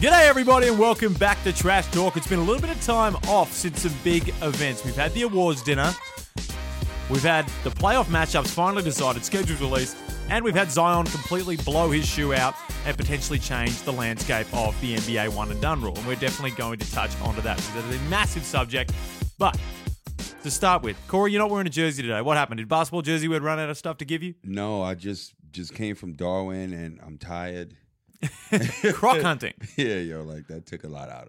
G'day, everybody, and welcome back to Trash Talk. It's been a little bit of time off since some big events. We've had the awards dinner, we've had the playoff matchups finally decided, scheduled release, and we've had Zion completely blow his shoe out and potentially change the landscape of the NBA one and done rule. And we're definitely going to touch onto that because that is a massive subject. But to start with, Corey, you're not wearing a jersey today. What happened? Did basketball jersey we'd run out of stuff to give you? No, I just just came from Darwin and I'm tired. Croc hunting. Yeah, yo, like that took a lot out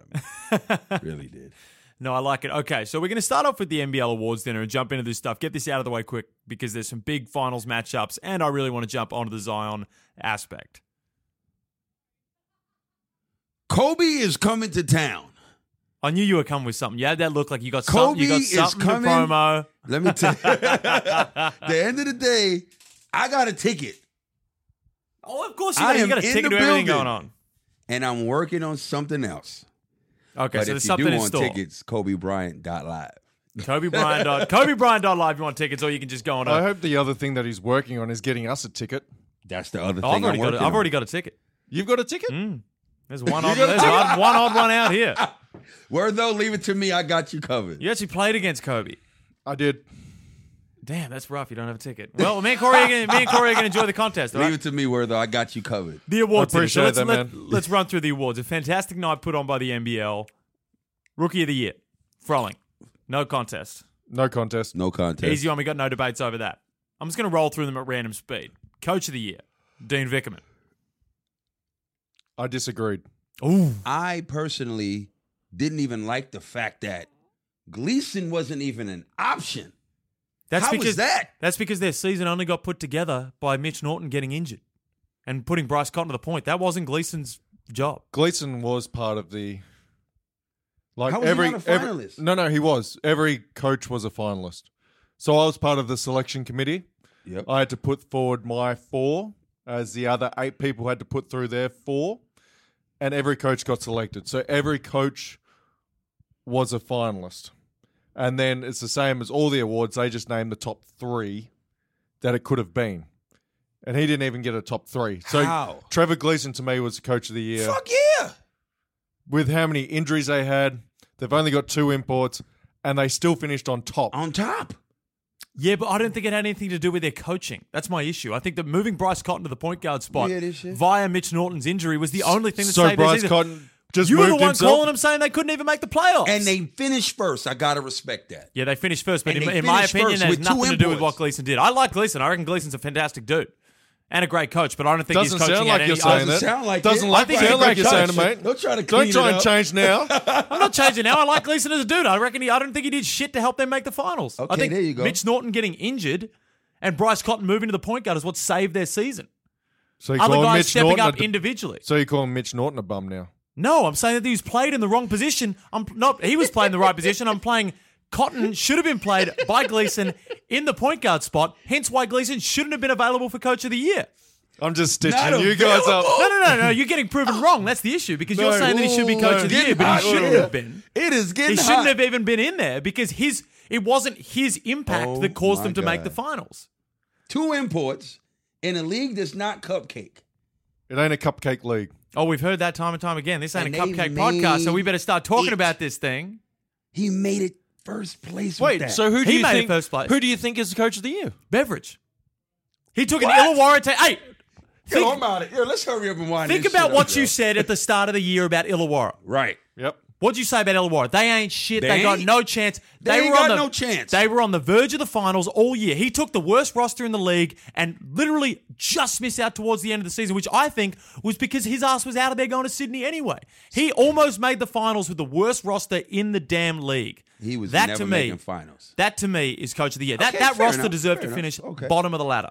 of me. really did. No, I like it. Okay, so we're going to start off with the NBL awards dinner and jump into this stuff. Get this out of the way quick because there's some big finals matchups, and I really want to jump onto the Zion aspect. Kobe is coming to town. I knew you were coming with something. You had that look like you got Kobe something. You got is something for coming. promo. Let me tell you. the end of the day, I got a ticket Oh, of course you I got, you am got a in ticket the to everything building. going on. and I'm working on something else. Okay, but so if there's you do something in want store. tickets, Kobe Bryant dot live. Kobe Bryant. dot- Kobe Bryant. dot Live. You want tickets, or you can just go on. I A, hope the other thing that he's working on is getting us a ticket. That's the other Oh, I've thing already got. I'm working A, I've on. already got a ticket. You've got a ticket? There's one odd. There's one, one odd one out here. Word though, leave it to me. I got you covered. You actually played against Kobe. I did. Damn, that's rough. You don't have a ticket. Well, me and Corey are gonna, me and Corey are going to enjoy the contest. all Leave right? it to me, Word though. I got you covered. The awards. I dinner. So appreciate let's, that, let, man. us run through the awards. A fantastic night put on by the NBL. Rookie of the Year, Froling. No contest. No contest. No contest. Easy on. We got no debates over that. I'm just going to roll through them at random speed. Coach of the Year, Dean Vickerman. I disagreed. Ooh. I personally didn't even like the fact that Gleason wasn't even an option. That's How was because that? that's because their season only got put together by Mitch Norton getting injured and putting Bryce Cotton to the point. That wasn't Gleason's job. Gleason was part of the. Like How was he every, not a every- finalist? no, no, he was. Every coach was a finalist. So I was part of the selection committee. Yep. Oh, I had to put forward my four, as the other eight people had to put through their four, and every coach got selected. So every coach was a finalist. And then it's the same as all the awards, they just named the top three that it could have been. And he didn't even get a top three. So How? Trevor Gleason to me was the coach of the year. Fuck yeah. With how many injuries they had, they've only got two imports, and they still finished on top. On top. Yeah, but I don't think it had anything to do with their coaching. That's my issue. I think that moving Bryce Cotton to the point guard spot Weird as shit. via Mitch Norton's injury was the only thing that so saved their Bryce season. Cotton just you were the moved one himself. calling them saying they couldn't even make the playoffs. And they finished first. I gotta respect that. yeah, they finished first, but And in, they in my finished opinion, first that has with two nothing to do with imports. what Gleason did. I like Gleason. I reckon Gleason's a fantastic dude and a great coach, but I don't think Doesn't his coaching sound had like any, you're I- saying Doesn't that. sound like Doesn't it. like, I think sound he's a like great you're saying it, coach. mate. Don't try to Don't clean try it and up. change now. I'm not changing now. I like Gleason as a dude. I reckon he. I don't think he did shit to help them make the finals. I Okay, think there you go. Mitch Norton getting injured and Bryce Cotton moving to the point guard is what saved their season. so you Other calling guys Mitch stepping Norton up a d- individually. So you're calling Mitch Norton a bum now? No, I'm saying that he's played in the wrong position. I'm not. He was playing the right position. I'm playing. Cotton should have been played by Gleason in the point guard spot. Hence why Gleason shouldn't have been available for coach of the year. I'm just stitching Not you guys No, up. no, no, no. You're getting proven wrong. That's the issue because you're No, saying that he should be coach no. of the year, but he Getting hot shouldn't here. have been. It is He getting shouldn't hot. have even been in there because his it wasn't his impact Oh that caused them my to make God. the finals. Two imports in a league that's not cupcake. It ain't a cupcake league. Oh, we've heard that time and time again. This ain't And a they cupcake podcast, so we made better start talking it. about this thing. He made it first place. with that. who do He you made it think- first place. who do you think is the coach of the year? Beverage. He took What? an Illawarra. Ta- hey, Yo, think- I'm out of here. Let's hurry up and wind Think this about shit what up, you yo. said at the start of the year about Illawarra. Right. Yep. What'd you say about Illawarra? They ain't shit. They, They got ain't- no chance. they were ain't on the, got no chance. They were on the verge of the finals all year. He took the worst roster in the league and literally just missed out towards the end of the season, which I think was because his ass was out of there going to Sydney anyway. He almost made the finals with the worst roster in the damn league. He was that never to me. making finals. That to me is coach of the year. That Okay, that fair roster enough, deserved fair to enough. finish Okay. bottom of the ladder.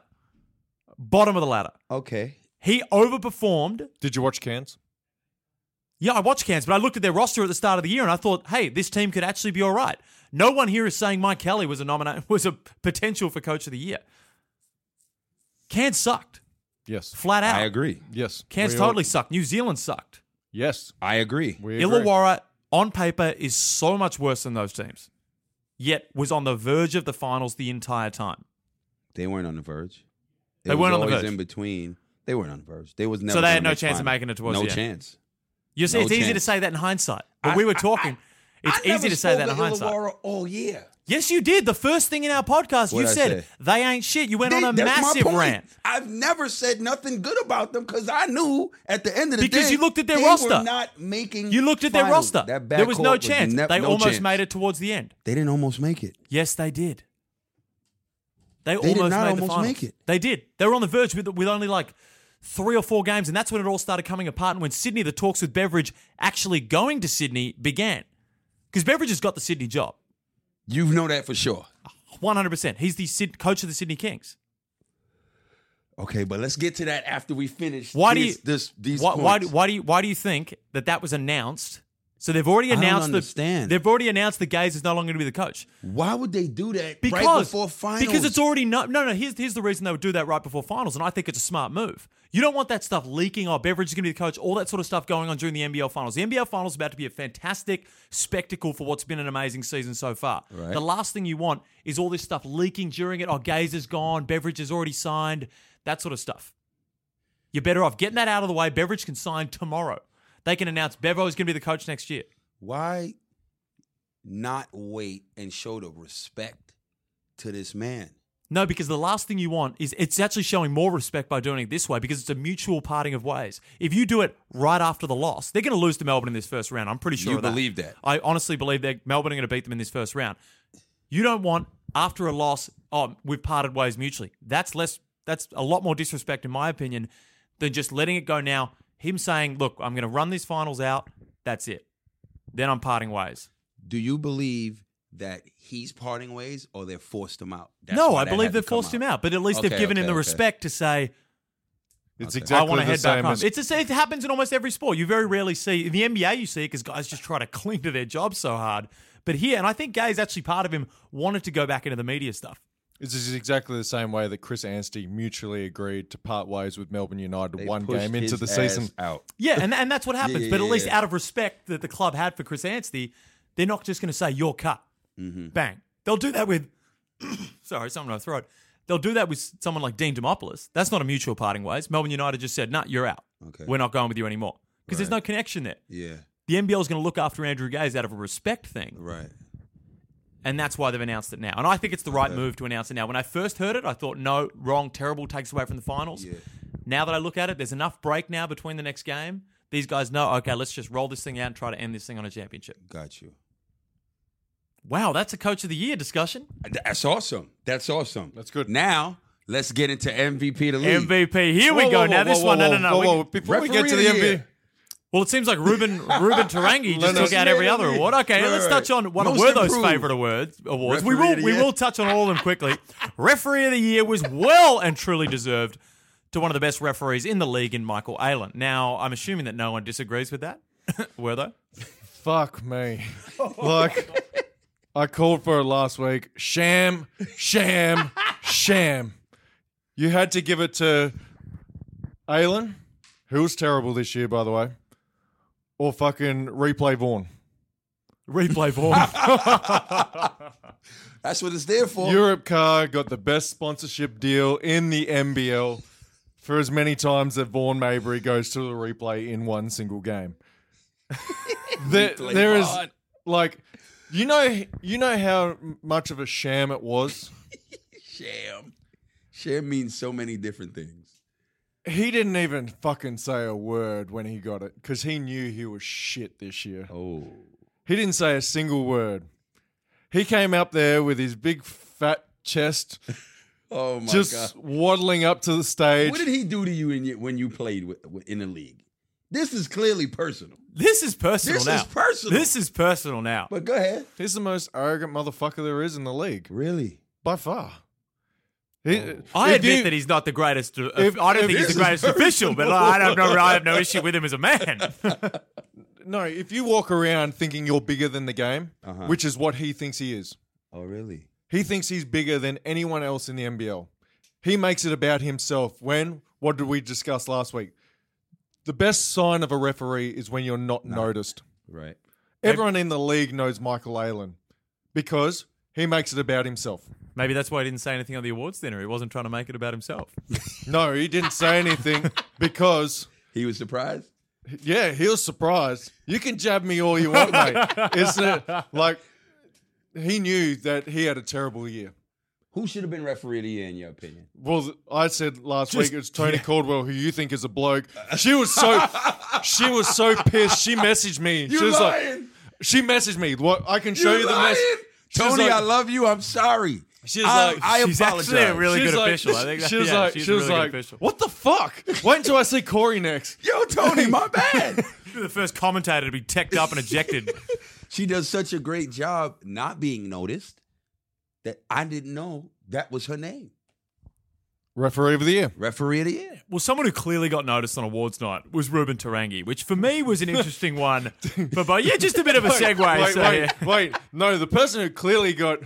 Bottom of the ladder. Okay. He overperformed Did you watch Cairns? yeah, I watched Cairns, but I looked at their roster at the start of the year and I thought, hey, this team could actually be all right. No one here is saying Mike Kelly was a nominate was a potential for coach of the year. Cairns sucked Yes. flat out. I agree. Yes. Cairns We all- totally sucked. New Zealand sucked. Yes. I agree. We agree. Illawarra on paper is so much worse than those teams, yet was on the verge of the finals the entire time. They weren't on the verge. They It was weren't on the always verge. In between, they weren't on the verge. They was never. they had gonna no make chance of finals. making it towards No the end. chance. You see, No it's easy to chance. say that in hindsight, but I- we were I- talking. it's I never easy to say spoke that in of hindsight. Illawarra all year. Yes, you did. The first thing in our podcast, you What'd I said say? they ain't shit. You went They- on a that's my massive point. rant. I've never said nothing good about them because I knew at the end of the day Because you looked at their they roster. Were not making. You looked at their finals. roster. That There was no backcourt chance. ne- they no almost chance. made it towards the end. They didn't almost make it. Yes, they did. They, did almost made not the almost finals. make it. They did. They were on the verge with, with only like three or four games, and that's when it all started coming apart. And when Sydney, the talks with Beveridge actually going to Sydney began, because Beveridge has got the Sydney job, You know that for sure. one hundred percent. He's the Syd- coach of the Sydney Kings. Okay, but let's get to that after we finish. Why do this, you this these why, why, do- points. why do you why do you think that that was announced? So they've already I don't announced understand. the they've already announced the Gaze is no longer going to be the coach. Why would they do that because right before finals? because it's already no no no. Here's here's the reason they would do that right before finals, and I think it's a smart move. You don't want that stuff leaking. Oh, Beveridge is going to be the coach. All that sort of stuff going on during the NBL finals. The NBL finals is about to be a fantastic spectacle for what's been an amazing season so far. Right. The last thing you want is all this stuff leaking during it. Oh, Gaze is gone. Beveridge is already signed. That sort of stuff. You're better off getting that out of the way. Beveridge can sign tomorrow. They can announce Bevo is going to be the coach next year. why not wait and show the respect to this man? No, because the last thing you want is it's actually showing more respect by doing it this way because it's a mutual parting of ways. If you do it right after the loss, they're going to lose to Melbourne in this first round. I'm pretty sure You of that. believe that? I honestly believe that Melbourne are going to beat them in this first round. You don't want after a loss, oh, we've parted ways mutually. That's less. That's a lot more disrespect, in my opinion, than just letting it go now. Him saying, "Look, I'm going to run these finals out. That's it. Then I'm parting ways." Do you believe that he's parting ways, or they forced him out? That's no, why I that believe had they've to come forced him out, but at least they've Okay, given him okay, the okay. respect to say, It's I exactly want to the head back same home. as It's the- it happens in almost every sport. You very rarely see in the NBA. You see it because guys just try to cling to their job so hard. But here, and I think Gay's actually part of him wanted to go back into the media stuff. This is exactly the same way that Chris Anstey mutually agreed to part ways with Melbourne United They one pushed game into his the ass season. out. Yeah, and and that's what happens. yeah, but at yeah, least yeah. out of respect that the club had for Chris Anstey, they're not just going to say you're cut. Mm-hmm. Bang. They'll do that with. sorry, something in my throat. They'll do that with someone like Dean Demopoulos. That's not a mutual parting ways. Melbourne United just said, "No, you're out. Okay. We're not going with you anymore." Because there's no connection there. Yeah, The NBL is going to look after Andrew Gaze out of a respect thing. right. and that's why they've announced it now. And I think it's the right move to announce it now. When I first heard it, I thought, no, wrong, terrible, takes away from the finals. Yeah. Now that I look at it, there's enough break now between the next game. These guys know, okay, let's just roll this thing out and try to end this thing on a championship. Got you. Wow, that's a coach of the year discussion. That's awesome. That's awesome. That's good. Now let's get into MVP of the league. MVP. Here we go. now this one, no, no, no. we- whoa, whoa. Before we get to the Referee of the MVP, year. Well, it seems like Ruben Ruben Tarangi just no. took out every other award. Okay, Right, let's right. touch on what Most were those improved. favorite awards. Awards. We Referee will of the we year. will touch on all of them quickly. referee of the year was well and truly deserved to one of the best referees in the league in Michael Allen. Now, I'm assuming that no one disagrees with that. were they? fuck me. Look, I called for it last week. Sham, sham, sham. You had to give it to Aylan, who was terrible this year, by the way, or fucking replay Vaughn. Replay Vaughn. That's what it's there for. Europe Car got the best sponsorship deal in the NBL for as many times that Vaughn Mabry goes to the replay in one single game. there, there is Vaughn. like you know you know how much of a sham it was. Sham. Sham means so many different things. He didn't even fucking say a word when he got it because he knew he was shit this year. Oh. He didn't say a single word. He came up there with his big fat chest, Oh my just god. waddling up to the stage. What did he do to you in your, when you played with, with- in the league? This is clearly personal. this is personal This now. is personal. This is personal now. But go ahead. He's the most arrogant motherfucker there is in the league Really? by far. He- Oh. I if admit you- that he's not the greatest. uh, if- I don't if think he's this the is greatest official, but I don't know. I have no issue with him as a man. no. If you walk around thinking you're bigger than the game, Uh-huh. which is what he thinks he is, Oh, really? he thinks he's bigger than anyone else in the NBL. He makes it about himself. When what did we discuss last week? The best sign of a referee is when you're not noticed. Right. Everyone in the league knows Michael Aylan because he makes it about himself. Maybe that's why he didn't say anything on the awards dinner. He wasn't trying to make it about himself. No, he didn't say anything because He was surprised. Yeah, he was surprised. You can jab me all you want, mate. Isn't it? Like, he knew that he had a terrible year. Who should have been referee of the year in your opinion? Well, th- I said last Just- week it was Tony Caldwell, who you think is a bloke. She was so, she was so pissed. She messaged me. she was like, she messaged me. What I can show you, the message. She's Tony, like- I love you. I'm sorry. She's I, like- I she's apologize. actually Um, a really She was good like- official. I think that- she was yeah, like, she's she a was really good like, official. what the fuck? Wait until I see Corey next. Yo, Tony, my bad. You're the first commentator to be teched up and ejected. she does such a great job not being noticed that I didn't know that was her name. Referee of the year. Referee of the year. well, someone who clearly got noticed on awards night was Ruben Tarangi, which for me was an interesting one. But, but yeah, just a bit of a segue. Wait, so, yeah. wait, wait. No, the person who clearly got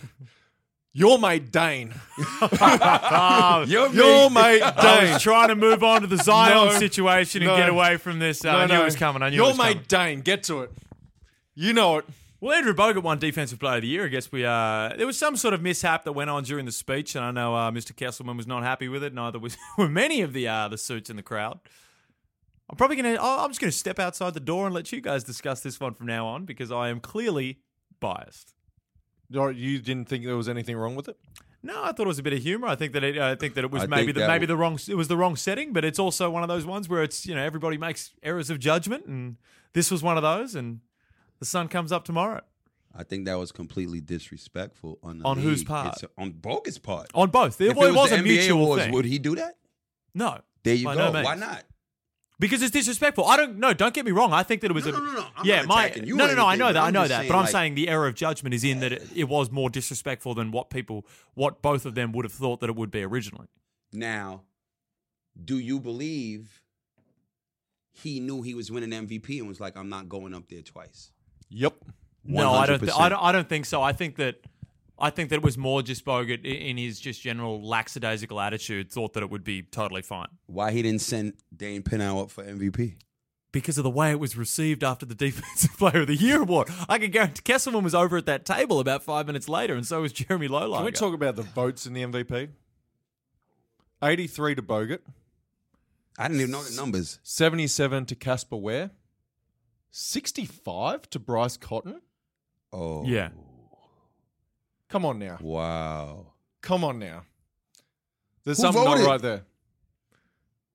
your mate Dane. Ah, Your Your man- mate I Dane. was trying to move on to the Zion No. situation and No. get away from this. Uh, I knew it was coming. I knew your it was coming. mate Dane. Get to it. You know it. Well, Andrew Bogut won Defensive Player of the Year. I guess we uh, there was some sort of mishap that went on during the speech, and I know uh, Mr. Kesselman was not happy with it. Neither was were many of the uh, the suits in the crowd. I'm probably gonna. I- I'm just gonna step outside the door and let you guys discuss this one from now on because I am clearly biased. No, You didn't think there was anything wrong with it. No, I thought it was a bit of humor. I think that it. I think that it was I maybe think the that maybe w- the wrong. It was the wrong setting, but it's also one of those ones where it's you know everybody makes errors of judgment, and this was one of those. And the sun comes up tomorrow I think that was completely disrespectful on the On whose league. part? It's on Bogus part. on both. It, If was, the a NBA mutual awards, thing. Would he do that? No. There you By go. no means. Why not? Because it's disrespectful. I don't know. Don't get me wrong. I think that it was No, a no, no, no. I'm yeah. not my attacking you no, or no, no. I anything, know but that. I I'm know just that. saying, But I'm like- saying the error of judgment is in that it, it was more disrespectful than what people, what both of them would have thought that it would be originally. Now, do you believe he knew he was winning MVP and was like, I'm not going up there twice? Yep. No, I don't. thi- 100%. I don't. I don't think so. I think that. I think that it was more just Bogut i- in his just general lackadaisical attitude thought that it would be totally fine Why he didn't send Dane Pinow up for MVP? because of the way it was received after the Defensive Player of the Year award. I can guarantee Kesselman was over at that table about five minutes later, and so was Jeremy Lowliger. Can we talk about the votes in the MVP? Eighty-three to Bogut, I didn't even know the numbers. seventy-seven to Casper Ware, sixty-five to Bryce Cotton. Oh. Yeah. Come on now. Wow. Come on now. There's Who something voted? not right there.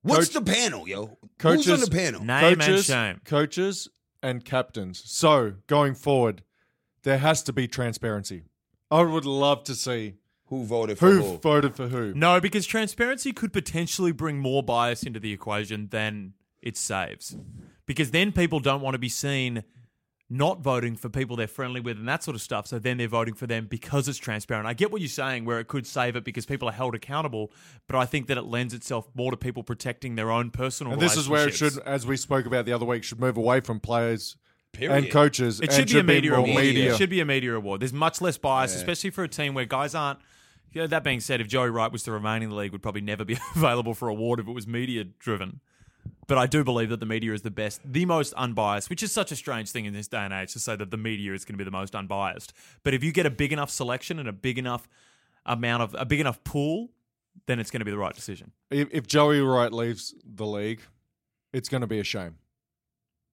What's Coach- the panel, yo? Coaches- Who's on the panel? Name coaches, and shame. coaches, and captains. So going forward, there has to be transparency. I would love to see who voted for who who? voted for who. No, because transparency could potentially bring more bias into the equation than it saves. Because then people don't want to be seen not voting for people they're friendly with and that sort of stuff. So then they're voting for them because it's transparent. I get what you're saying, where it could save it because people are held accountable, but I think that it lends itself more to people protecting their own personal. And this is where it should, relationships. as we spoke about the other week, should move away from players and Period. coaches. It and should be a media more award. media. It should be a media award. There's much less bias, especially for a team where guys aren't. You know, that being said, if Joey Wright was to remain in the league, would probably never be available for award if it was media driven. But I do believe that the media is the best, the most unbiased, which is such a strange thing in this day and age to say that the media is going to be the most unbiased. But if you get a big enough selection and a big enough amount of a big enough pool, then it's going to be the right decision. if, if Joey Wright leaves the league, it's going to be a shame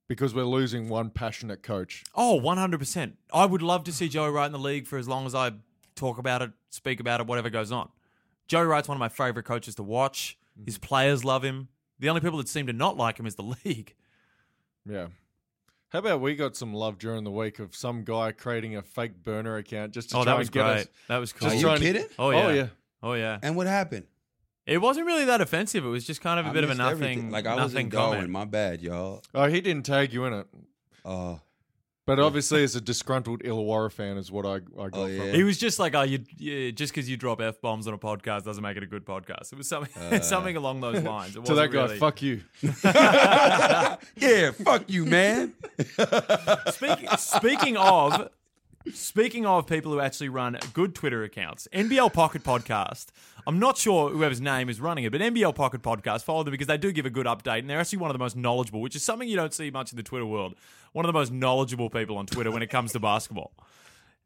because we're losing one passionate coach. Oh, 100%. I would love to see Joey Wright in the league for as long as I talk about it, speak about it, whatever goes on. Joey Wright's one of my favorite coaches to watch. Mm-hmm. His players love him. The only people that seem to not like him is the league. Yeah. How about we got some love during the week of some guy creating a fake burner account just to Oh, try that was and get great. us? That was cool. Are Just you trying to- kidding? Oh, Oh yeah. yeah. Oh, yeah. And what happened? It wasn't really that offensive. It was just kind of a I bit of a missed nothing, everything. Like I was nothing in Darwin. comment. My bad, y'all. Oh, he didn't tag you in it. Uh, But obviously, as a disgruntled Illawarra fan, is what I, I got Oh, from yeah. He was just like, oh, you, yeah, just because you drop F bombs on a podcast doesn't make it a good podcast. It was something, something along those lines. It To wasn't Uh, that guy, really- fuck you. yeah, fuck you, man. Speaking, speaking of, speaking of people who actually run good Twitter accounts, NBL Pocket Podcast. I'm not sure whoever's name is running it, but NBL Pocket Podcast. Follow them because they do give a good update, and they're actually one of the most knowledgeable, which is something you don't see much in the Twitter world. One of the most knowledgeable people on Twitter when it comes to basketball.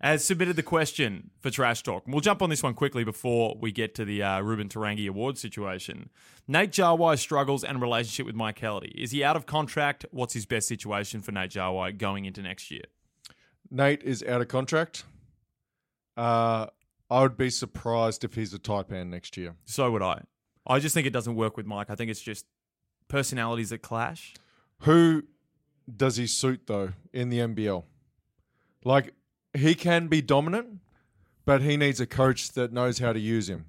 has submitted the question for Trash Talk. And we'll jump on this one quickly before we get to the uh, Ruben Tarangi Award situation. Nate Jarwai's struggles and relationship with Mike Kelly. Is he out of contract? What's his best situation for Nate Jarwai going into next year? Nate is out of contract. Uh, I would be surprised if he's a tight man next year. So would I. I just think it doesn't work with Mike. I think it's just personalities that clash. Who does he suit though in the NBL? Like he can be dominant, but he needs a coach that knows how to use him.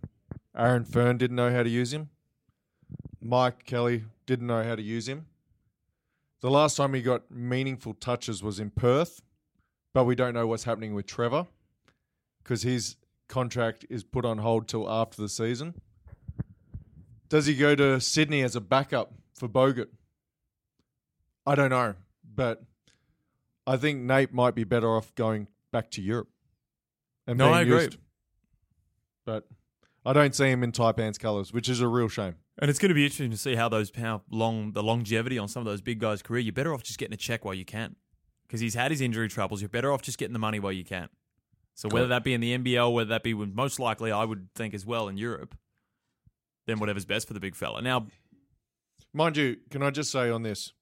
Aaron Fern didn't know how to use him. Mike Kelly didn't know how to use him. The last time he got meaningful touches was in Perth, but we don't know what's happening with Trevor because his contract is put on hold till after the season. Does he go to Sydney as a backup for Bogut? I don't know, but I think Nate might be better off going back to Europe. And No, being I agree. used. But I don't see him in Taipan's colours, which is a real shame. And it's going to be interesting to see how those how long the longevity on some of those big guys' career. You're better off just getting a check while you can, because he's had his injury troubles. You're better off just getting the money while you can. So whether that be in the NBL, whether that be with- most likely, I would think as well in Europe, then whatever's best for the big fella. Now, Mind you, can I just say on this?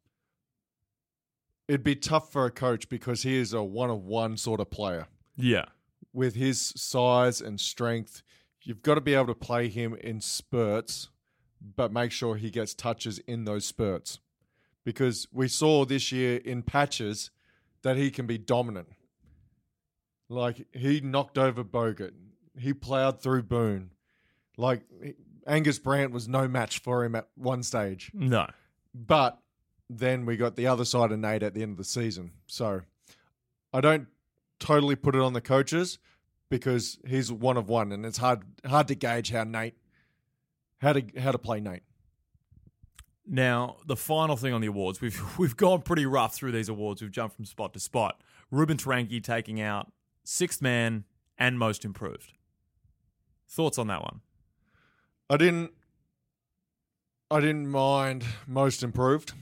It'd be tough for a coach because he is a one of one sort of player. yeah, With his size and strength, you've got to be able to play him in spurts, but make sure he gets touches in those spurts. Because we saw this year in patches that he can be dominant. Like he knocked over Bogut, he plowed through Boone. Like Angus Brandt was no match for him at one stage. no, But then we got the other side of Nate at the end of the season. So I don't totally put it on the coaches because he's one of one and it's hard hard to gauge how Nate how to how to play Nate. Now, the final thing on the awards, we've we've gone pretty rough through these awards. We've jumped from spot to spot. Ruben Taranki taking out sixth man and most improved. Thoughts on that one? I didn't I didn't mind most improved.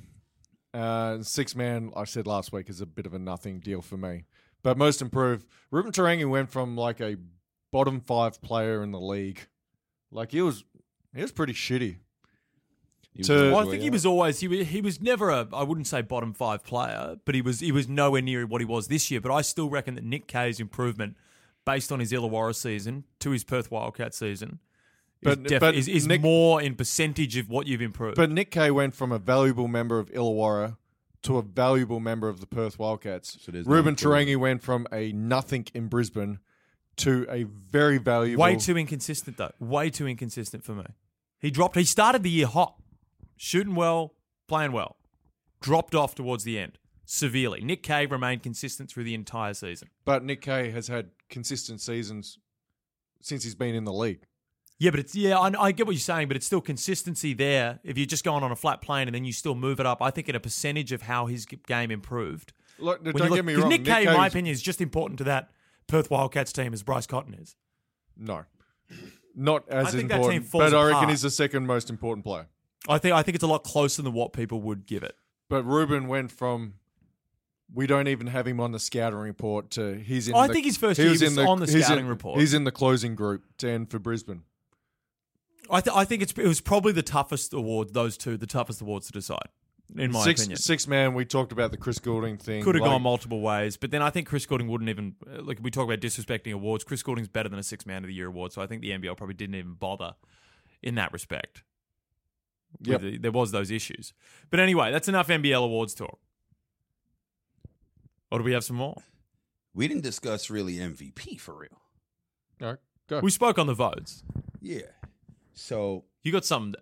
Uh, six man, I said last week, is a bit of a nothing deal for me. But most improved, Ruben Tarangi went from like a bottom five player in the league. Like he was he was pretty shitty. You To- good, Well, I boy, think he yeah. was always he was, he was never a I wouldn't say bottom five player, but he was he was nowhere near what he was this year. But I still reckon that Nick Kay's improvement, based on his Illawarra season to his Perth Wildcat season, But- is, def- but is, is Nick- more in percentage of what you've improved. But Nick Kay went from a valuable member of Illawarra to a valuable member of the Perth Wildcats. So there's no Ruben improvement. Tarangi went from a nothing in Brisbane to a very valuable. Way too inconsistent though. Way too inconsistent for me. He dropped. He started the year hot, shooting well, playing well. Dropped off towards the end severely. Nick Kay remained consistent through the entire season. But Nick Kay has had consistent seasons since he's been in the league. Yeah, but it's yeah. I, I get what you're saying, but it's still consistency there. If you're just going on a flat plane and then you still move it up, I think in a percentage of how his g- game improved. Look, When you don't look- get me 'cause wrong. Nick, Kay, in my was- opinion, is just important to that Perth Wildcats team as Bryce Cotton is. no, not as I think that team important. falls but I apart. reckon he's the second most important player. I think I think it's a lot closer than what people would give it. But Ruben went from we don't even have him on the scouting report to he's in. Oh, I the- think his first year he was on the he's in- scouting report. He's in the closing group to end for Brisbane. I, th- I think it's, it was probably the toughest award, those two, the toughest awards to decide, in my six opinion. six man. We talked about the Chris Goulding thing. Could have like, gone multiple ways, but then I think Chris Gordon wouldn't even. uh, Like, we talk about disrespecting awards. Chris Gordon's better than a six man of the year award, so I think the NBL probably didn't even bother in that respect. Yeah, Yep. There was those issues. But anyway, that's enough NBL awards talk. Or do we have some more? We didn't discuss really MVP for real. All right, go. We spoke on the votes. Yeah. So You got some.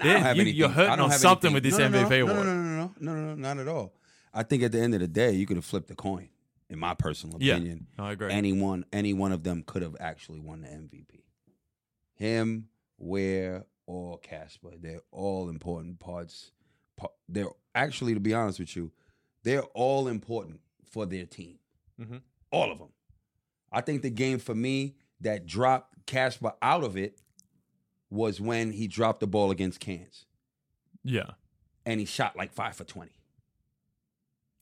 I don't have you, anything- you're I hurting don't on have something anything- with this no, no, no, MVP no, award. No, no, no, no, no, no, not at all. I think at the end of the day, you could have flipped a coin. In my personal Yeah. opinion, I agree. anyone, any one of them could have actually won the MVP. Him, Ware, or Casper. They're all important parts. pa- They're actually, to be honest with you, they're all important for their team. Mhm. All of them. I think the game for me that dropped Casper out of it was when he dropped the ball against Cairns yeah. and he shot like five for 20.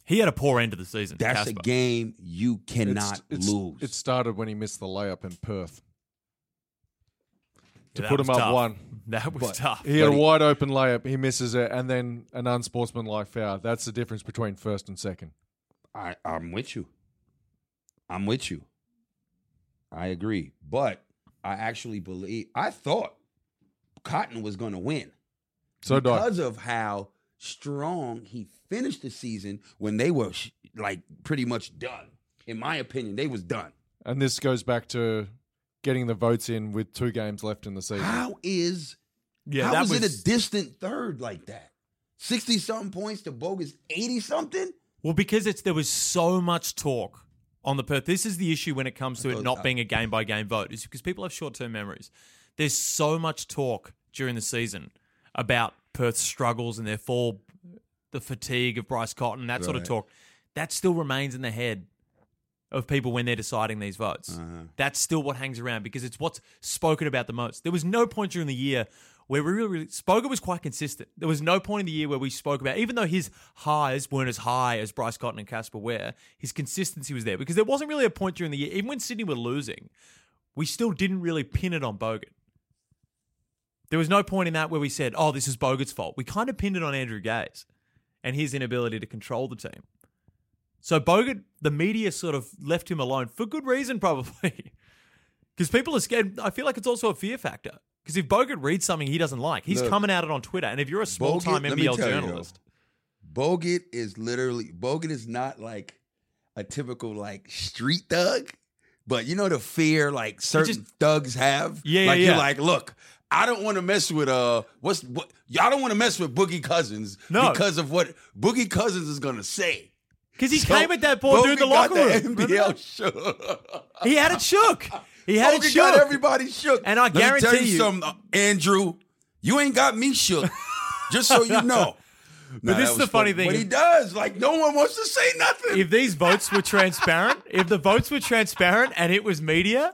He had a poor end of the season. That's Casper. a game you It's- cannot it's- lose. It started when he missed the layup in Perth. Yeah, that put was him up tough. one. That was But- tough. He had a But he- wide open layup. He misses it, and then an unsportsmanlike foul. That's the difference between first and second. I, I'm with you. I'm with you. I agree. But I actually believe I thought Cotton was gonna win. So did I. because of how strong he finished the season when they were sh- like pretty much done. In my opinion, they was done. And this goes back to getting the votes in with two games left in the season. How is Yeah, how that is was it a distant third like that? Sixty something points to bogus eighty something. Well, because it's there was so much talk on the Perth. This is the issue when it comes to it not being a game by game vote, is because people have short term memories. There's so much talk during the season about Perth's struggles and their fall, the fatigue of Bryce Cotton, that sort of Right. talk. That still remains in the head of people when they're deciding these votes. That's still what hangs around because it's what's spoken about the most. There was no point during the year where we really, really Spoker was quite consistent. There was no point in the year where we spoke about, even though his highs weren't as high as Bryce Cotton and Casper Ware, his consistency was there because there wasn't really a point during the year, even when Sydney were losing, we still didn't really pin it on Bogut. There was no point in that where we said, oh, this is Bogut's fault. We kind of pinned it on Andrew Gaze and his inability to control the team. So Bogut, the media sort of left him alone for good reason, probably. Because people are scared. I feel like it's also a fear factor. Because if Bogut reads something he doesn't like, he's Look, coming at it on Twitter. And if you're a small time Bogut- let me NBL tell you, though, journalist, Bogut is literally Bogut is not like a typical like street thug, but you know the fear like certain just- thugs have. Yeah, yeah, like yeah. you're like, look, I don't want to mess with uh, what's what? Y'all don't want to mess with Boogie Cousins No. because of what Boogie Cousins is gonna say. because he So, came at that boy during Bogut the got locker room. the Remember that? NBL shook. He had it shook. He had it Bogut shook. got everybody shook. And I Let me tell guarantee you, you- something, uh, Andrew. You ain't got me shook. just so you know. Nah, this that is was the funny funny. thing. But he does. Like no one wants to say nothing. if these votes were transparent, if the votes were transparent and it was media,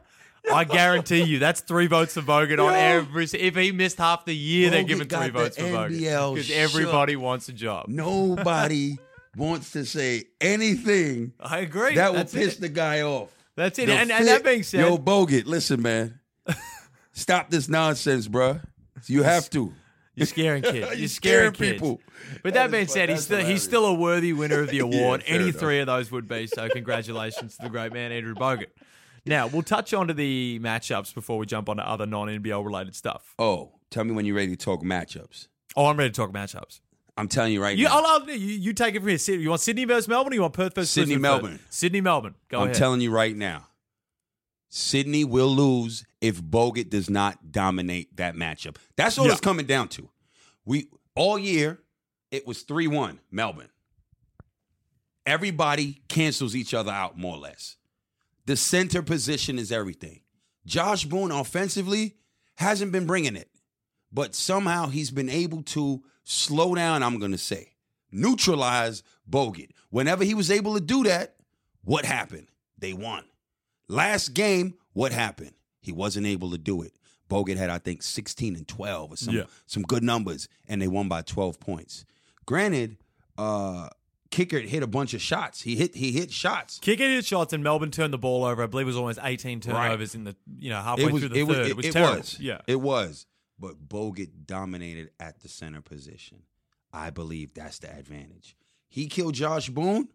I guarantee you that's three votes for Bogut on Yo. every. If he missed half the year, they're Bogut giving three got the votes for Bogut NBL because everybody wants a job. Nobody wants to say anything I agree. that will that's piss it. the guy off. That's it. The And, and that fit- being said, yo Bogut, listen, man, stop this nonsense, bruh. You have to. you're scaring kids. You're, You're scaring, kids. scaring people. But that, That is being fu- said, he's that's still he's hilarious. still a worthy winner of the award. fair Any enough. three of those would be so. Congratulations to the great man Andrew Bogut. Now we'll touch on to the matchups before we jump on to other non NBL related stuff. Oh, tell me when you're ready to talk matchups. Oh, I'm ready to talk matchups. I'm telling you right You, now. I'll, I'll- you, you take it from here. Syd- You want Sydney versus Melbourne or you want Perth versus Sydney, Brisbane Melbourne. first? Sydney, Melbourne. Go I'm ahead. telling you right now. Sydney will lose if Bogut does not dominate that matchup. That's all Yeah. it's coming down to. We all year it was 3-1 Melbourne. Everybody cancels each other out more or less. The center position is everything. Josh Boone offensively hasn't been bringing it, but somehow he's been able to slow down, I'm going to say, neutralize Bogut. Whenever he was able to do that, what happened? They won. Last game, what happened? He wasn't able to do it. Bogut had, I think, 16 and 12 or some, Yeah. some good numbers, and they won by 12 points. Granted, uh, Kickert hit a bunch of shots. He hit he hit shots. Kick it in shots and Melbourne turned the ball over. I believe it was almost 18 turnovers in the, you know, halfway through the it third. it was terrible. Yeah. It was. But Bogut dominated at the center position. I believe that's the advantage. He killed Josh Boone,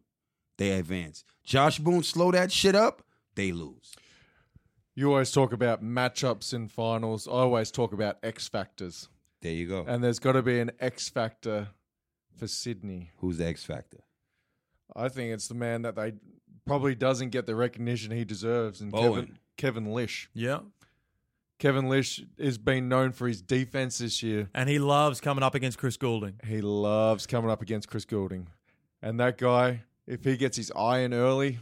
they advance. Josh Boone slow that shit up, they lose. You always talk about matchups in finals. I always talk about X factors. There you go. And there's got to be an X factor for Sydney. Who's the X Factor? I think it's the man that they probably doesn't get the recognition he deserves and Bowen. Kevin, Kevin Lish. yeah. Kevin Lish has been known for his defense this year. And he loves coming up against Chris Goulding. He loves coming up against Chris Goulding. And that guy, if he gets his eye in early,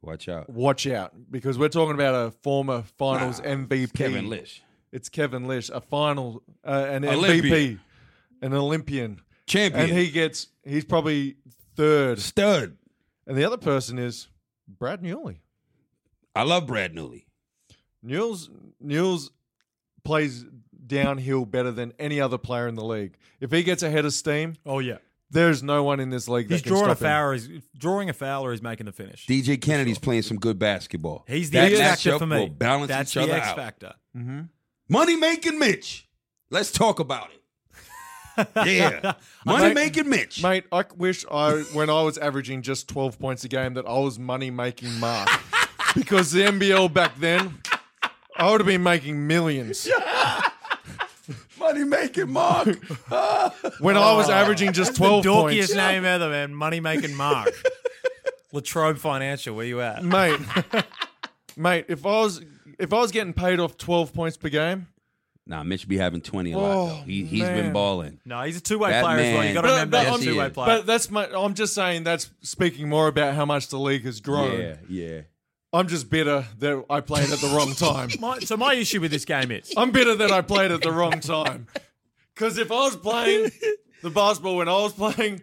Watch out. watch out because we're talking about a former finals Nah, MVP. Kevin Lish. It's Kevin Lish, a final, uh, an MVP, Olympian. an Olympian. Champion. And he gets, he's probably third. stud. And the other person is Brad Newley. I love Brad Newley. Newell's Newell's plays downhill better than any other player in the league. If he gets ahead of steam, Oh, yeah. There's no one in this league He's that can drawing a stop him. Fowler. He's drawing a Fowler. He's making the finish. DJ Kennedy's playing some good basketball. He's the That X factor matchup for me. Will balance That's each other the X out. factor. Money making Mitch. Let's talk about it. Yeah, money making Mitch. Mate, I wish I, when I was averaging just 12 points a game, that I was money making Mark. because the NBL back then, I would have been making millions. money making Mark. Ah. When I was averaging just 12 Oh. the dorkiest points. name ever, man. Money making Mark. Latrobe Financial. Where you Mm. at? Mate, mate, if I was. If I was getting paid off 12 points per game, nah, Mitch be having twenty a lot. Oh, Though. He he's man. been balling. No, he's a two way That player as well. You man- got to But- remember but he's I'm- a two way Yes, he player. but that's my. I'm just saying that's speaking more about how much the league has grown. Yeah, yeah. I'm just bitter that I played at the wrong time. my, so my issue with this game is I'm bitter that I played at the wrong time. Because if I was playing the basketball when I was playing,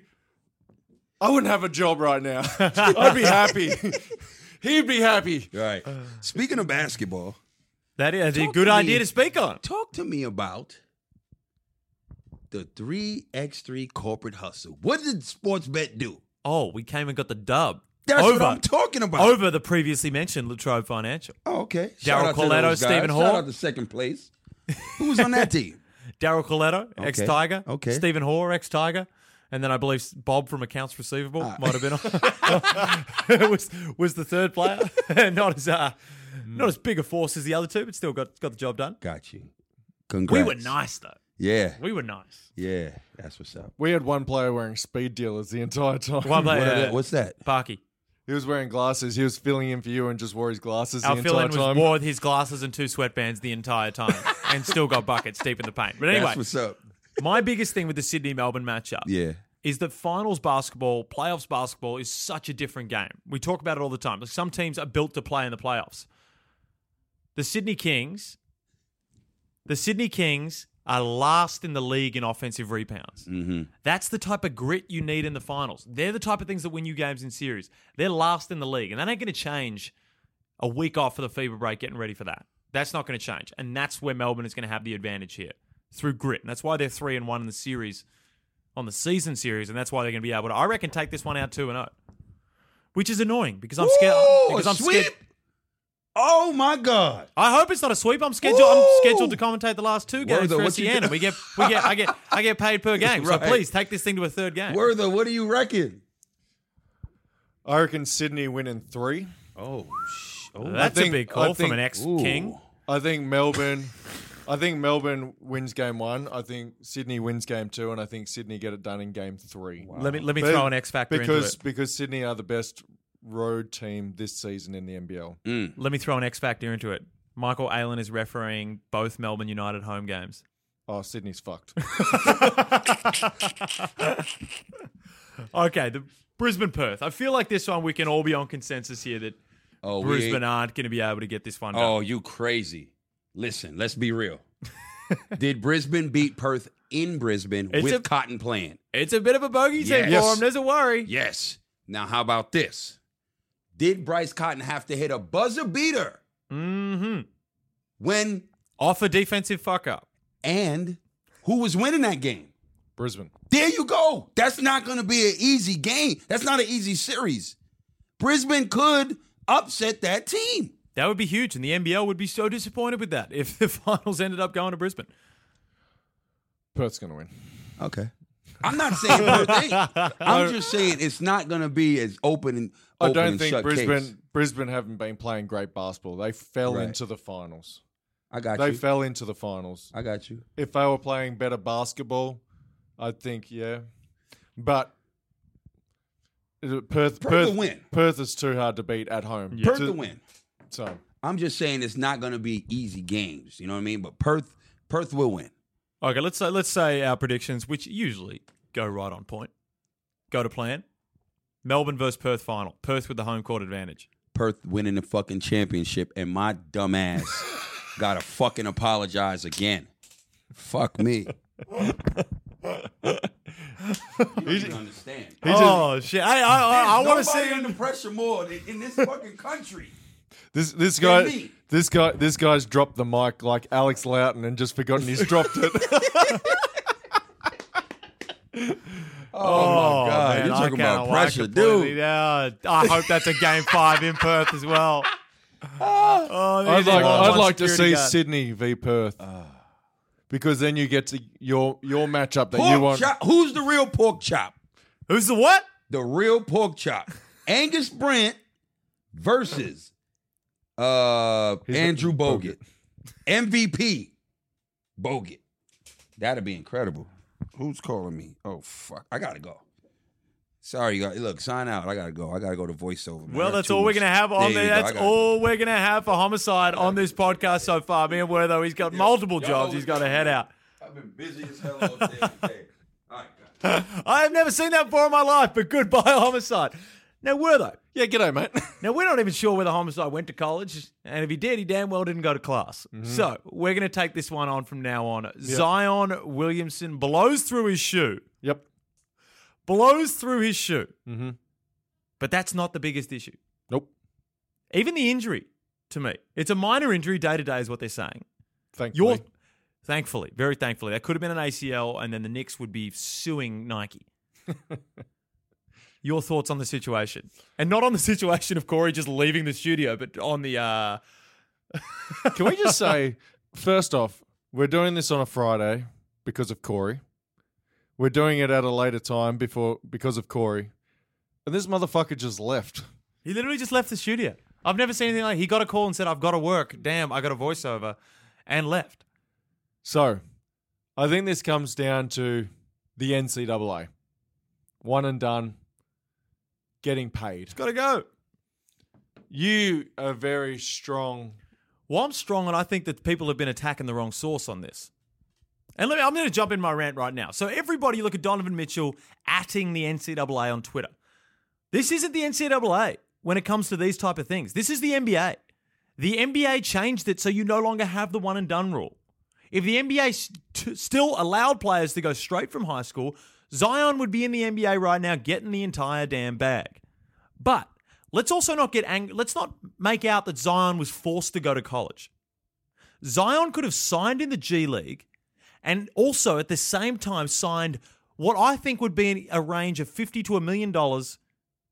I wouldn't have a job right now. I'd be happy. He'd be happy. Right. Speaking of basketball, that is a Talk good to idea me. to speak on. talk to me about the three x three corporate hustle. What did sports bet do? Oh, we came and got the dub. That's over, what I'm talking about. Over the previously mentioned Latrobe Financial. Oh, okay. Daryl Shout out to Coletto, those guys. Stephen Hall. Shout out to second place. Who was on that team? Daryl Coletto, ex Tiger. okay. Stephen Hoare, ex Tiger. And then I believe Bob from Accounts Receivable Ah. might have been on. was was the third player. not as uh, not as big a force as the other two, but still got got the job done. Got you. Congrats. We were nice though. Yeah, We were nice. yeah. That's what's up. We had one player wearing speed dealers the entire time. One player, What are uh, that- what's that? Barkey. He was wearing glasses. He was filling in for you and just wore his glasses Our the fill entire in was time. wore his glasses and two sweatbands the entire time, and still got buckets deep in the paint. But anyway, That's what's up. my biggest thing with the Sydney Melbourne matchup, Yeah. is that finals basketball, playoffs basketball is such a different game. We talk about it all the time. Like some teams are built to play in the playoffs. The Sydney Kings, the Sydney Kings are last in the league in offensive rebounds. Mm-hmm. That's the type of grit you need in the finals. They're the type of things that win you games in series. They're last in the league, and that ain't going to change a week off for the fever break, getting ready for that. That's not going to change, and that's where Melbourne is going to have the advantage here through grit, and that's why they're three and one in the series on the season series, and that's why they're going to be able to, I reckon, take this one out two and zero, which is annoying because I'm scared. Ooh, Because a I'm sweep. scared. Oh my God. I hope it's not a sweep. I'm scheduled. I'm Ooh. scheduled to commentate the last two games Werther, for what you SEN, and do- we get we get I get I get paid per game. So Right. please take this thing to a third game. Werther, what do you reckon? I reckon Sydney winning three. Oh, sh- oh. That's I think- a big call I from an think- ex Ooh. king. I think Melbourne. I think Melbourne wins game one. I think Sydney wins game two, and I think Sydney get it done in game three. Let me let me They- throw an X factor because into because Sydney are the best road team this season in the NBL. Mm. it. Let me throw an X factor into it. Michael Allen is refereeing both Melbourne United home games. Oh, Sydney's fucked. Okay, the Brisbane Perth. I feel like this one we can all be on consensus here that Oh, we Brisbane ain't- aren't going to be able to get this one done. Oh, you crazy. Listen, let's be real. Did Brisbane beat Perth in Brisbane It's with a- Cotton playing? It's a bit of a bogey team Yes. for him. There's a worry. Yes. Now, how about this? Did Bryce Cotton have to hit a buzzer beater Mm-hmm. when Off a defensive fuck up. and who was winning that game? Brisbane. There you go. That's not going to be an easy game. That's not an easy series. Brisbane could upset that team. That would be huge, and the NBL would be so disappointed with that if the finals ended up going to Brisbane. Perth's gonna win. Okay. I'm not saying Perth ain't. I'm just saying it's not going to be as open and I open don't and think shut Brisbane case. Brisbane haven't been playing great basketball. They fell Right. into the finals. I got They you. fell into the finals. I got you. If they were playing better basketball, I think yeah. But Perth Perth will Perth, win. Perth is too hard to beat at home. Perth To- to win. So I'm just saying it's not going to be easy games. You know what I mean? But Perth, Perth will win. Okay, let's say let's say our predictions, which usually go right on point, go to plan. Melbourne versus Perth final. Perth with the home court advantage. Perth winning the fucking championship, and my dumb ass gotta fucking apologize again. Fuck me. you don't even understand. oh shit! I I, I, I want to see. under pressure more than in this fucking country. This this guy me. this guy this guy's dropped the mic like Alex Loughton and just forgotten he's dropped it. Oh, Oh, my God. man, You're I talking kinda about like pressure, it, dude. Yeah, I hope that's a game five in Perth as well. Oh, I'd there's your like, one- I'd one like to see security guard. Sydney v Perth Ah. because then you get to your your matchup that you Pork want. chop. Who's the real pork chop? Who's the what? The real pork chop. Angus Brent versus uh He's the- Andrew Bogut. Bogut. MVP Bogut. That'd be incredible. Who's calling me? Oh fuck. I gotta go. Sorry, you got look, sign out. I gotta go. I gotta go to voiceover. man. I Well, got that's two all we're minutes. going to have on there. There you go. I That's gotta- all we're going to have for homicide on this podcast so far. Me and Wertho, he's got multiple jobs. He's got to head out. I've been busy as hell all day. today. All right, guys. I have never seen that before in my life, but goodbye, homicide. Now, Wertho, Yeah, g'day, mate. Now, we're not even sure whether Homicide went to college, and if he did, he damn well didn't go to class. Mm-hmm. So, we're going to take this one on from now on. Zion Williamson blows through his shoe, yep. blows through his shoe, Mm-hmm. but that's not the biggest issue. Nope. Even the injury, to me, it's a minor injury day to day, is what they're saying. Thankfully. You're, thankfully, very thankfully, that could have been an ACL, and then the Knicks would be suing Nike. Your thoughts on the situation, and not on the situation of Corey just leaving the studio, but on the uh, Can we just say, first off, we're doing this on a Friday because of Corey. We're doing it at a later time before because of Corey, and this motherfucker just left. He literally just left the studio. I've never seen anything like. He got a call and said, "I've got to work. Damn, I got a voiceover," and left. So, I think this comes down to the NCAA, one and done, getting paid. Got to go. You are very strong. Well, I'm strong, and I think that people have been attacking the wrong source on this. And let me, I'm going to jump in my rant right now. So everybody, look at Donovan Mitchell atting the NCAA on Twitter. This isn't the NCAA when it comes to these type of things. This is the NBA. The NBA changed it so you no longer have the one and done rule. If the NBA st- still allowed players to go straight from high school, Zion would be in the NBA right now getting the entire damn bag. But let's also not get angry. Let's not make out that Zion was forced to go to college. Zion could have signed in the G League and also at the same time signed what I think would be a range of 50 to a million dollars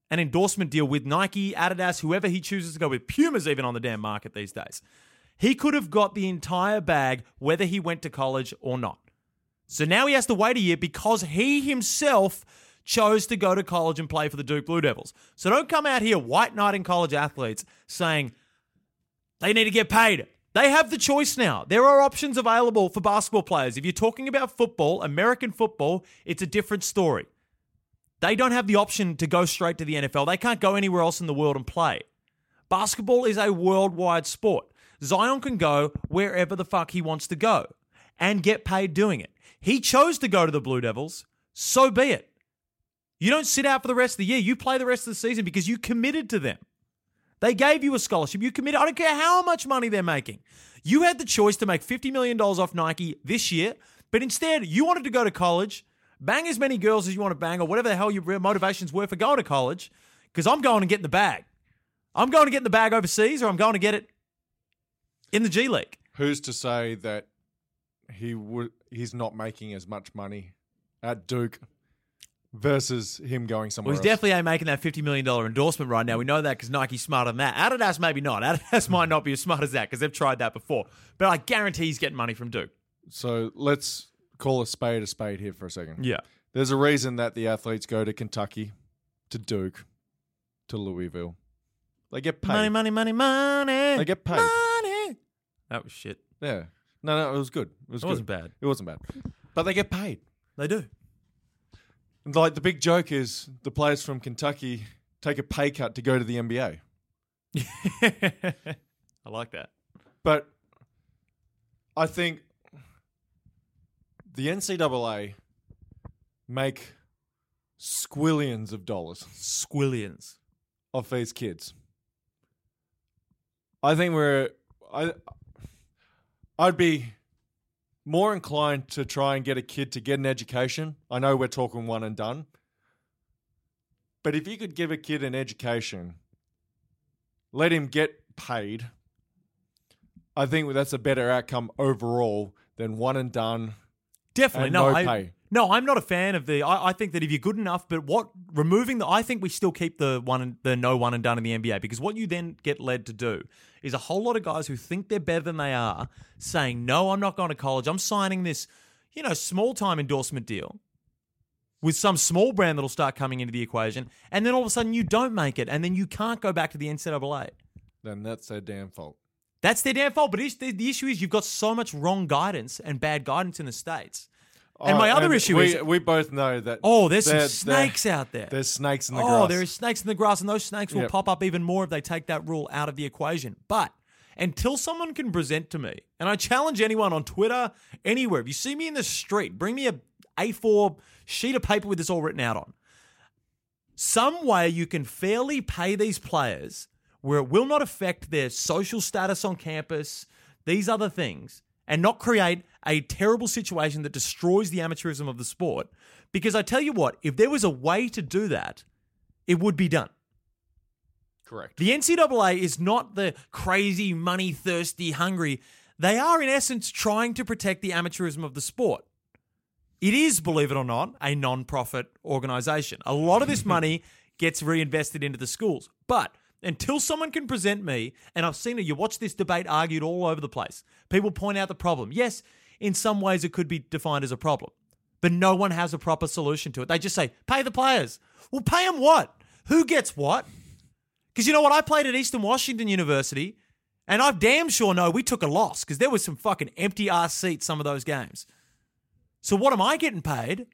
an endorsement deal with Nike, Adidas, whoever he chooses to go with, Puma's even on the damn market these days. He could have got the entire bag whether he went to college or not. So now he has to wait a year because he himself chose to go to college and play for the Duke Blue Devils. So don't come out here, white knight in college athletes, saying they need to get paid. They have the choice now. There are options available for basketball players. If you're talking about football, American football, it's a different story. They don't have the option to go straight to the NFL. They can't go anywhere else in the world and play. Basketball is a worldwide sport. Zion can go wherever the fuck he wants to go and get paid doing it. He chose to go to the Blue Devils, so be it. You don't sit out for the rest of the year. You play the rest of the season because you committed to them. They gave you a scholarship. You committed. I don't care how much money they're making. You had the choice to make $50 million off Nike this year, but instead you wanted to go to college, bang as many girls as you want to bang, or whatever the hell your motivations were for going to college, because I'm going and getting the bag. I'm going to get in the bag overseas, or I'm going to get it in the G League. Who's to say that he would? He's not making as much money at Duke versus him going somewhere. Well, he's else. definitely ain't making that $50 million endorsement right now. We know that because Nike's smarter than that. Adidas, maybe not. Adidas might not be as smart as that because they've tried that before. But I guarantee he's getting money from Duke. So let's call a spade a spade here for a second. Yeah. There's a reason that the athletes go to Kentucky, to Duke, to Louisville. They get paid. Money, money, money, money. They get paid. Money. That was shit. Yeah. No, no, it was good. It, was It wasn't good. bad. It wasn't bad. But they get paid. They do. And, Like the big joke is the players from Kentucky take a pay cut to go to the NBA. I like that. But I think the NCAA make squillions of dollars. Squillions. of these kids. I think we're I I'd be more inclined to try and get a kid to get an education. I know we're talking one and done. But if you could give a kid an education, let him get paid. I think that's a better outcome overall than one and done Definitely. and no, no I, pay. No, I'm not a fan of the. I, I think that if you're good enough, but what removing the, I think we still keep the one, and the no one and done in the NBA because what you then get led to do is a whole lot of guys who think they're better than they are saying, "No, I'm not going to college. I'm signing this, you know, small time endorsement deal with some small brand that'll start coming into the equation, and then all of a sudden you don't make it, and then you can't go back to the NCAA. Then that's their damn fault. That's their damn fault. But it's- the, the issue is you've got so much wrong guidance and bad guidance in the states. And my Oh, other issue we, is- we both know that. Oh, there's some there- snakes there- out there. There's snakes in the grass. oh, there is snakes in the grass, and those snakes will Yep. pop up even more if they take that rule out of the equation. But until someone can present to me, and I challenge anyone on Twitter, anywhere, if you see me in the street, bring me a A4 sheet of paper with this all written out on. Some way you can fairly pay these players where it will not affect their social status on campus, these other things, and not create a terrible situation that destroys the amateurism of the sport. Because I tell you what, if there was a way to do that, it would be done. Correct. The NCAA is not the crazy, money thirsty, hungry. They are, in essence, trying to protect the amateurism of the sport. It is, believe it or not, a non profit organization. A lot of this money gets reinvested into the schools. But until someone can present me, and I've seen it, you watch this debate argued all over the place. People point out the problem. Yes, in some ways it could be defined as a problem, but no one has a proper solution to it. They just say, pay the players. Well, pay them what? Who gets what? Because you know what? I played at Eastern Washington University, and I damn sure know we took a loss because there was some fucking empty ass seats some of those games. So what am I getting paid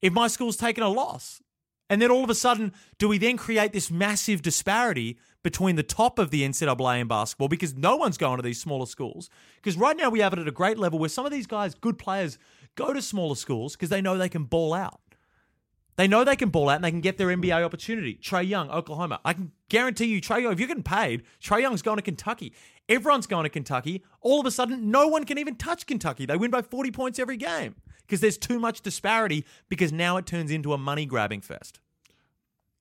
if my school's taking a loss? And then all of a sudden, do we then create this massive disparity between the top of the NCAA in basketball because no one's going to these smaller schools? Because right now we have it at a great level where some of these guys, good players, go to smaller schools because they know they can ball out. They know they can ball out and they can get their NBA opportunity. Trey Young, Oklahoma. I can guarantee you, Trey Young, if you're getting paid, Trey Young's going to Kentucky. Everyone's going to Kentucky. All of a sudden, no one can even touch Kentucky. They win by 40 points every game because there's too much disparity because now it turns into a money grabbing fest.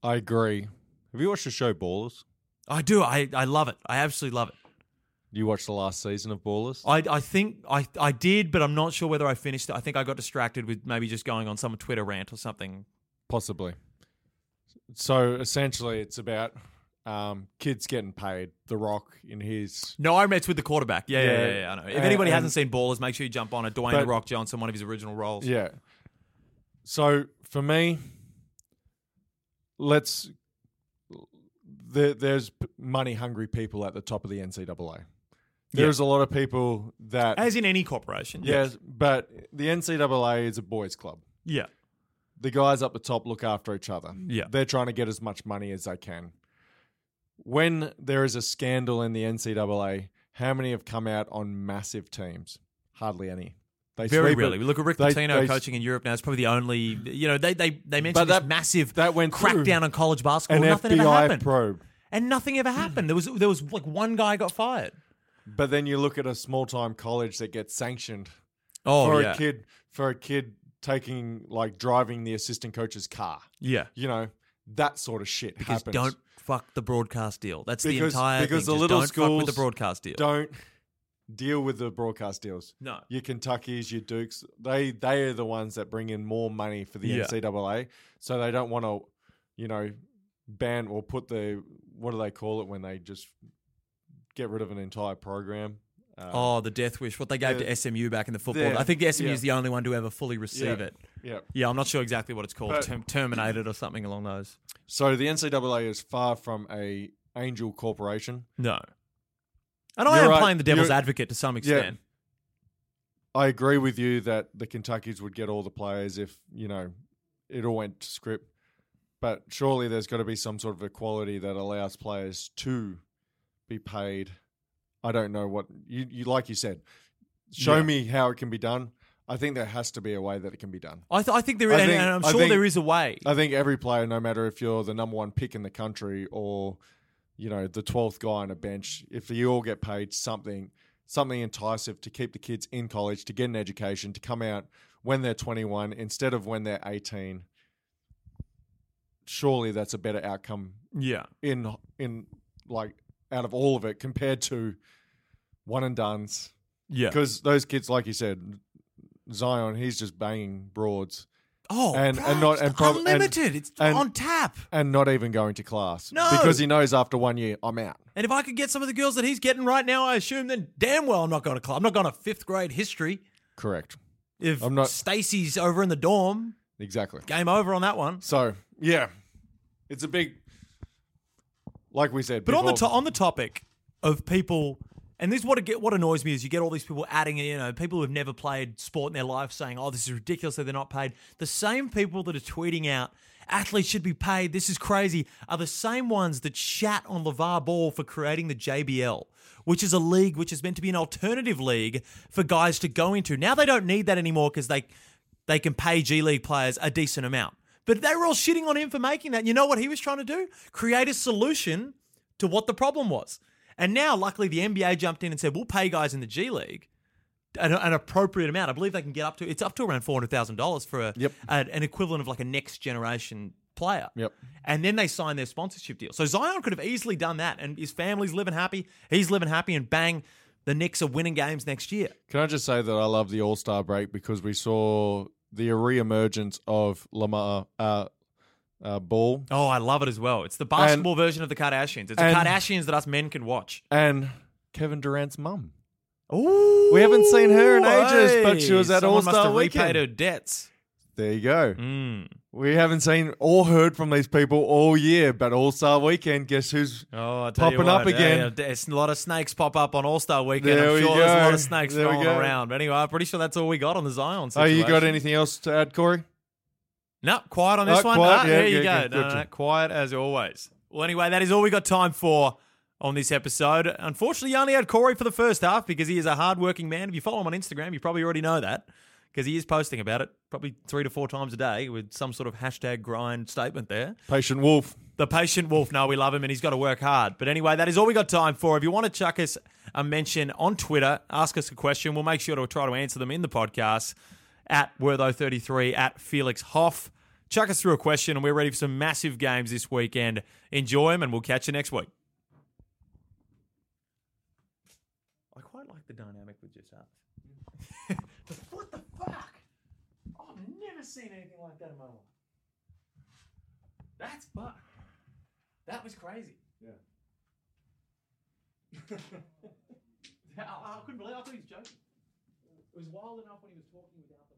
I agree. Have you watched the show Ballers? I do. I, I love it. I absolutely love it. You watched the last season of Ballers? I, I think I, I did, but I'm not sure whether I finished it. I think I got distracted with maybe just going on some Twitter rant or something. Possibly. So essentially, it's about um, kids getting paid. The Rock in his No, I met with the quarterback. Yeah, yeah, yeah. Yeah. yeah, I know. If And- anybody and- hasn't seen Ballers, make sure you jump on it. Dwayne The But- Rock Johnson, one of his original roles. Yeah. So for me, let's. There, there's money hungry people at the top of the NCAA. There's a lot of people that. As in any corporation. yes, but the NCAA is a boys' club. Yeah. The guys up the top look after each other. Yeah. They're trying to get as much money as they can. When there is a scandal in the NCAA, how many have come out on massive teams? Hardly any. They Very sweep it. rarely. We look at Rick They- Pitino they- coaching in Europe now. It's probably the only, you know, they, they, they mentioned But that- this massive that went through. crackdown on college basketball. An nothing ever FBI happened. probe. and nothing ever happened. There was, there was like one guy got fired. But then you look at a small time college that gets sanctioned Oh, for yeah. a kid for a kid taking like driving the assistant coach's car. Yeah. You know, that sort of shit Because happens. don't fuck the broadcast deal. That's Because- the entire because thing. the Just little don't fuck with the schools broadcast deal. don't deal with the broadcast deals. No. Your Kentuckies, your Dukes, they they are the ones that bring in more money for the Yeah. NCAA. So they don't want to, you know, ban or put the what do they call it when they just get rid of an entire program? Uh, Oh, the death wish. What they gave Yeah. to SMU back in the football. Yeah. I think the SMU is Yeah. the only one to ever fully receive Yeah. it. yeah. Yeah, I'm not sure exactly what it's called. But- Term- terminated or something along those. So the NCAA is far from a angel corporation. No. And I You're am right. playing the devil's You're- advocate to some extent. I agree with you that the Kentuckies would get all the players if you know it all went to script. But surely there's got to be some sort of equality that allows players to be paid. I don't know what you, you like. You said, show Yeah. me how it can be done. I think there has to be a way that it can be done. I, th- I think there I is, and, think- and I'm I sure think- uh, there is a way. I think every player, no matter if you're the number one pick in the country or, you know, the twelfth guy on a bench, if you all get paid something, something enticing to keep the kids in college, to get an education, to come out when they're 21 instead of when they're 18, surely that's a better outcome yeah. in in like out of all of it compared to one and duns Yeah. because those kids, like you said, Zion, he's just banging broads. Oh, and bro, and not it's and prob- and- unlimited. it's and- on tap. and not even going to class. No. because he knows after one year I'm out. And if I could get some of the girls that he's getting right now, I assume then damn well I'm not going to club. I'm not going to fifth grade history. Correct. If I'm not- Stacy's over in the dorm, Exactly. game over on that one. So yeah, it's a big. Like we said, But on the before- to- on the topic of people, and this is what it get what annoys me is you get all these people adding you know people who have never played sport in their life saying oh this is ridiculous that they're not paid. The same people that are tweeting out athletes should be paid. This is crazy. Are the same ones that shat on LeVar Ball for creating the JBL, which is a league which is meant to be an alternative league for guys to go into. Now they don't need that anymore because they they can pay G League players a decent amount. But they were all shitting on him for making that. You know what he was trying to do? Create a solution to what the problem was. And now, luckily, the NBA jumped in and said, we'll pay guys in the G League an, an appropriate amount. I believe they can get up to, it's up to around $400,000 for a, Yep. an- an equivalent of like a next generation player. Yep. And then they sign their sponsorship deal. So Zion could have easily done that. And his family's living happy. He's living happy. And bang, the Knicks are winning games next year. Can I just say that I love the All Star break because we saw the reemergence of Lamar uh, uh, Ball Oh, I love it as well. It's the basketball version of the Kardashians. It's the and- Kardashians that us men can watch. and Kevin Durant's mum. Ooh, We haven't seen her in ages, but she was at someone All-Star must have repaid Weekend. her debts. There you go. Mm. We haven't seen or heard from these people all year, but All Star Weekend, guess who's Oh, I tell you Popping up what, yeah, again. yeah, there's a lot of snakes pop up on All Star Weekend. There I'm we sure there's a lot go. of snakes There we rolling go. around. But anyway, I'm pretty sure that's all we got on the Zion. Oh, Situation. you got anything else to add, Corey? No, quiet on this Oh, one. quiet, Ah, yeah, there you yeah, go. good, No, good. no, no, quiet as always. Well, anyway, that is all we got time for on this episode. Unfortunately, you only had Corey for the first half because he is a hardworking man. If you follow him on Instagram, you probably already know that because he is posting about it probably three to four times a day with some sort of hashtag grind statement there. Patient Wolf. The patient wolf. No, we love him and he's got to work hard. But anyway, that is all we got time for. If you want to chuck us a mention on Twitter, ask us a question. We'll make sure to try to answer them in the podcast at Wortho33 at Felix Hoff. Chuck us through a question and we're ready for some massive games this weekend. Enjoy them and we'll catch you next week. I quite like the dynamic with just us. what the fuck? Oh, I've never seen anything like that in my life. That's fuck. That was crazy. Yeah. I, I couldn't believe. I thought he was joking. It was wild enough when he was talking without the.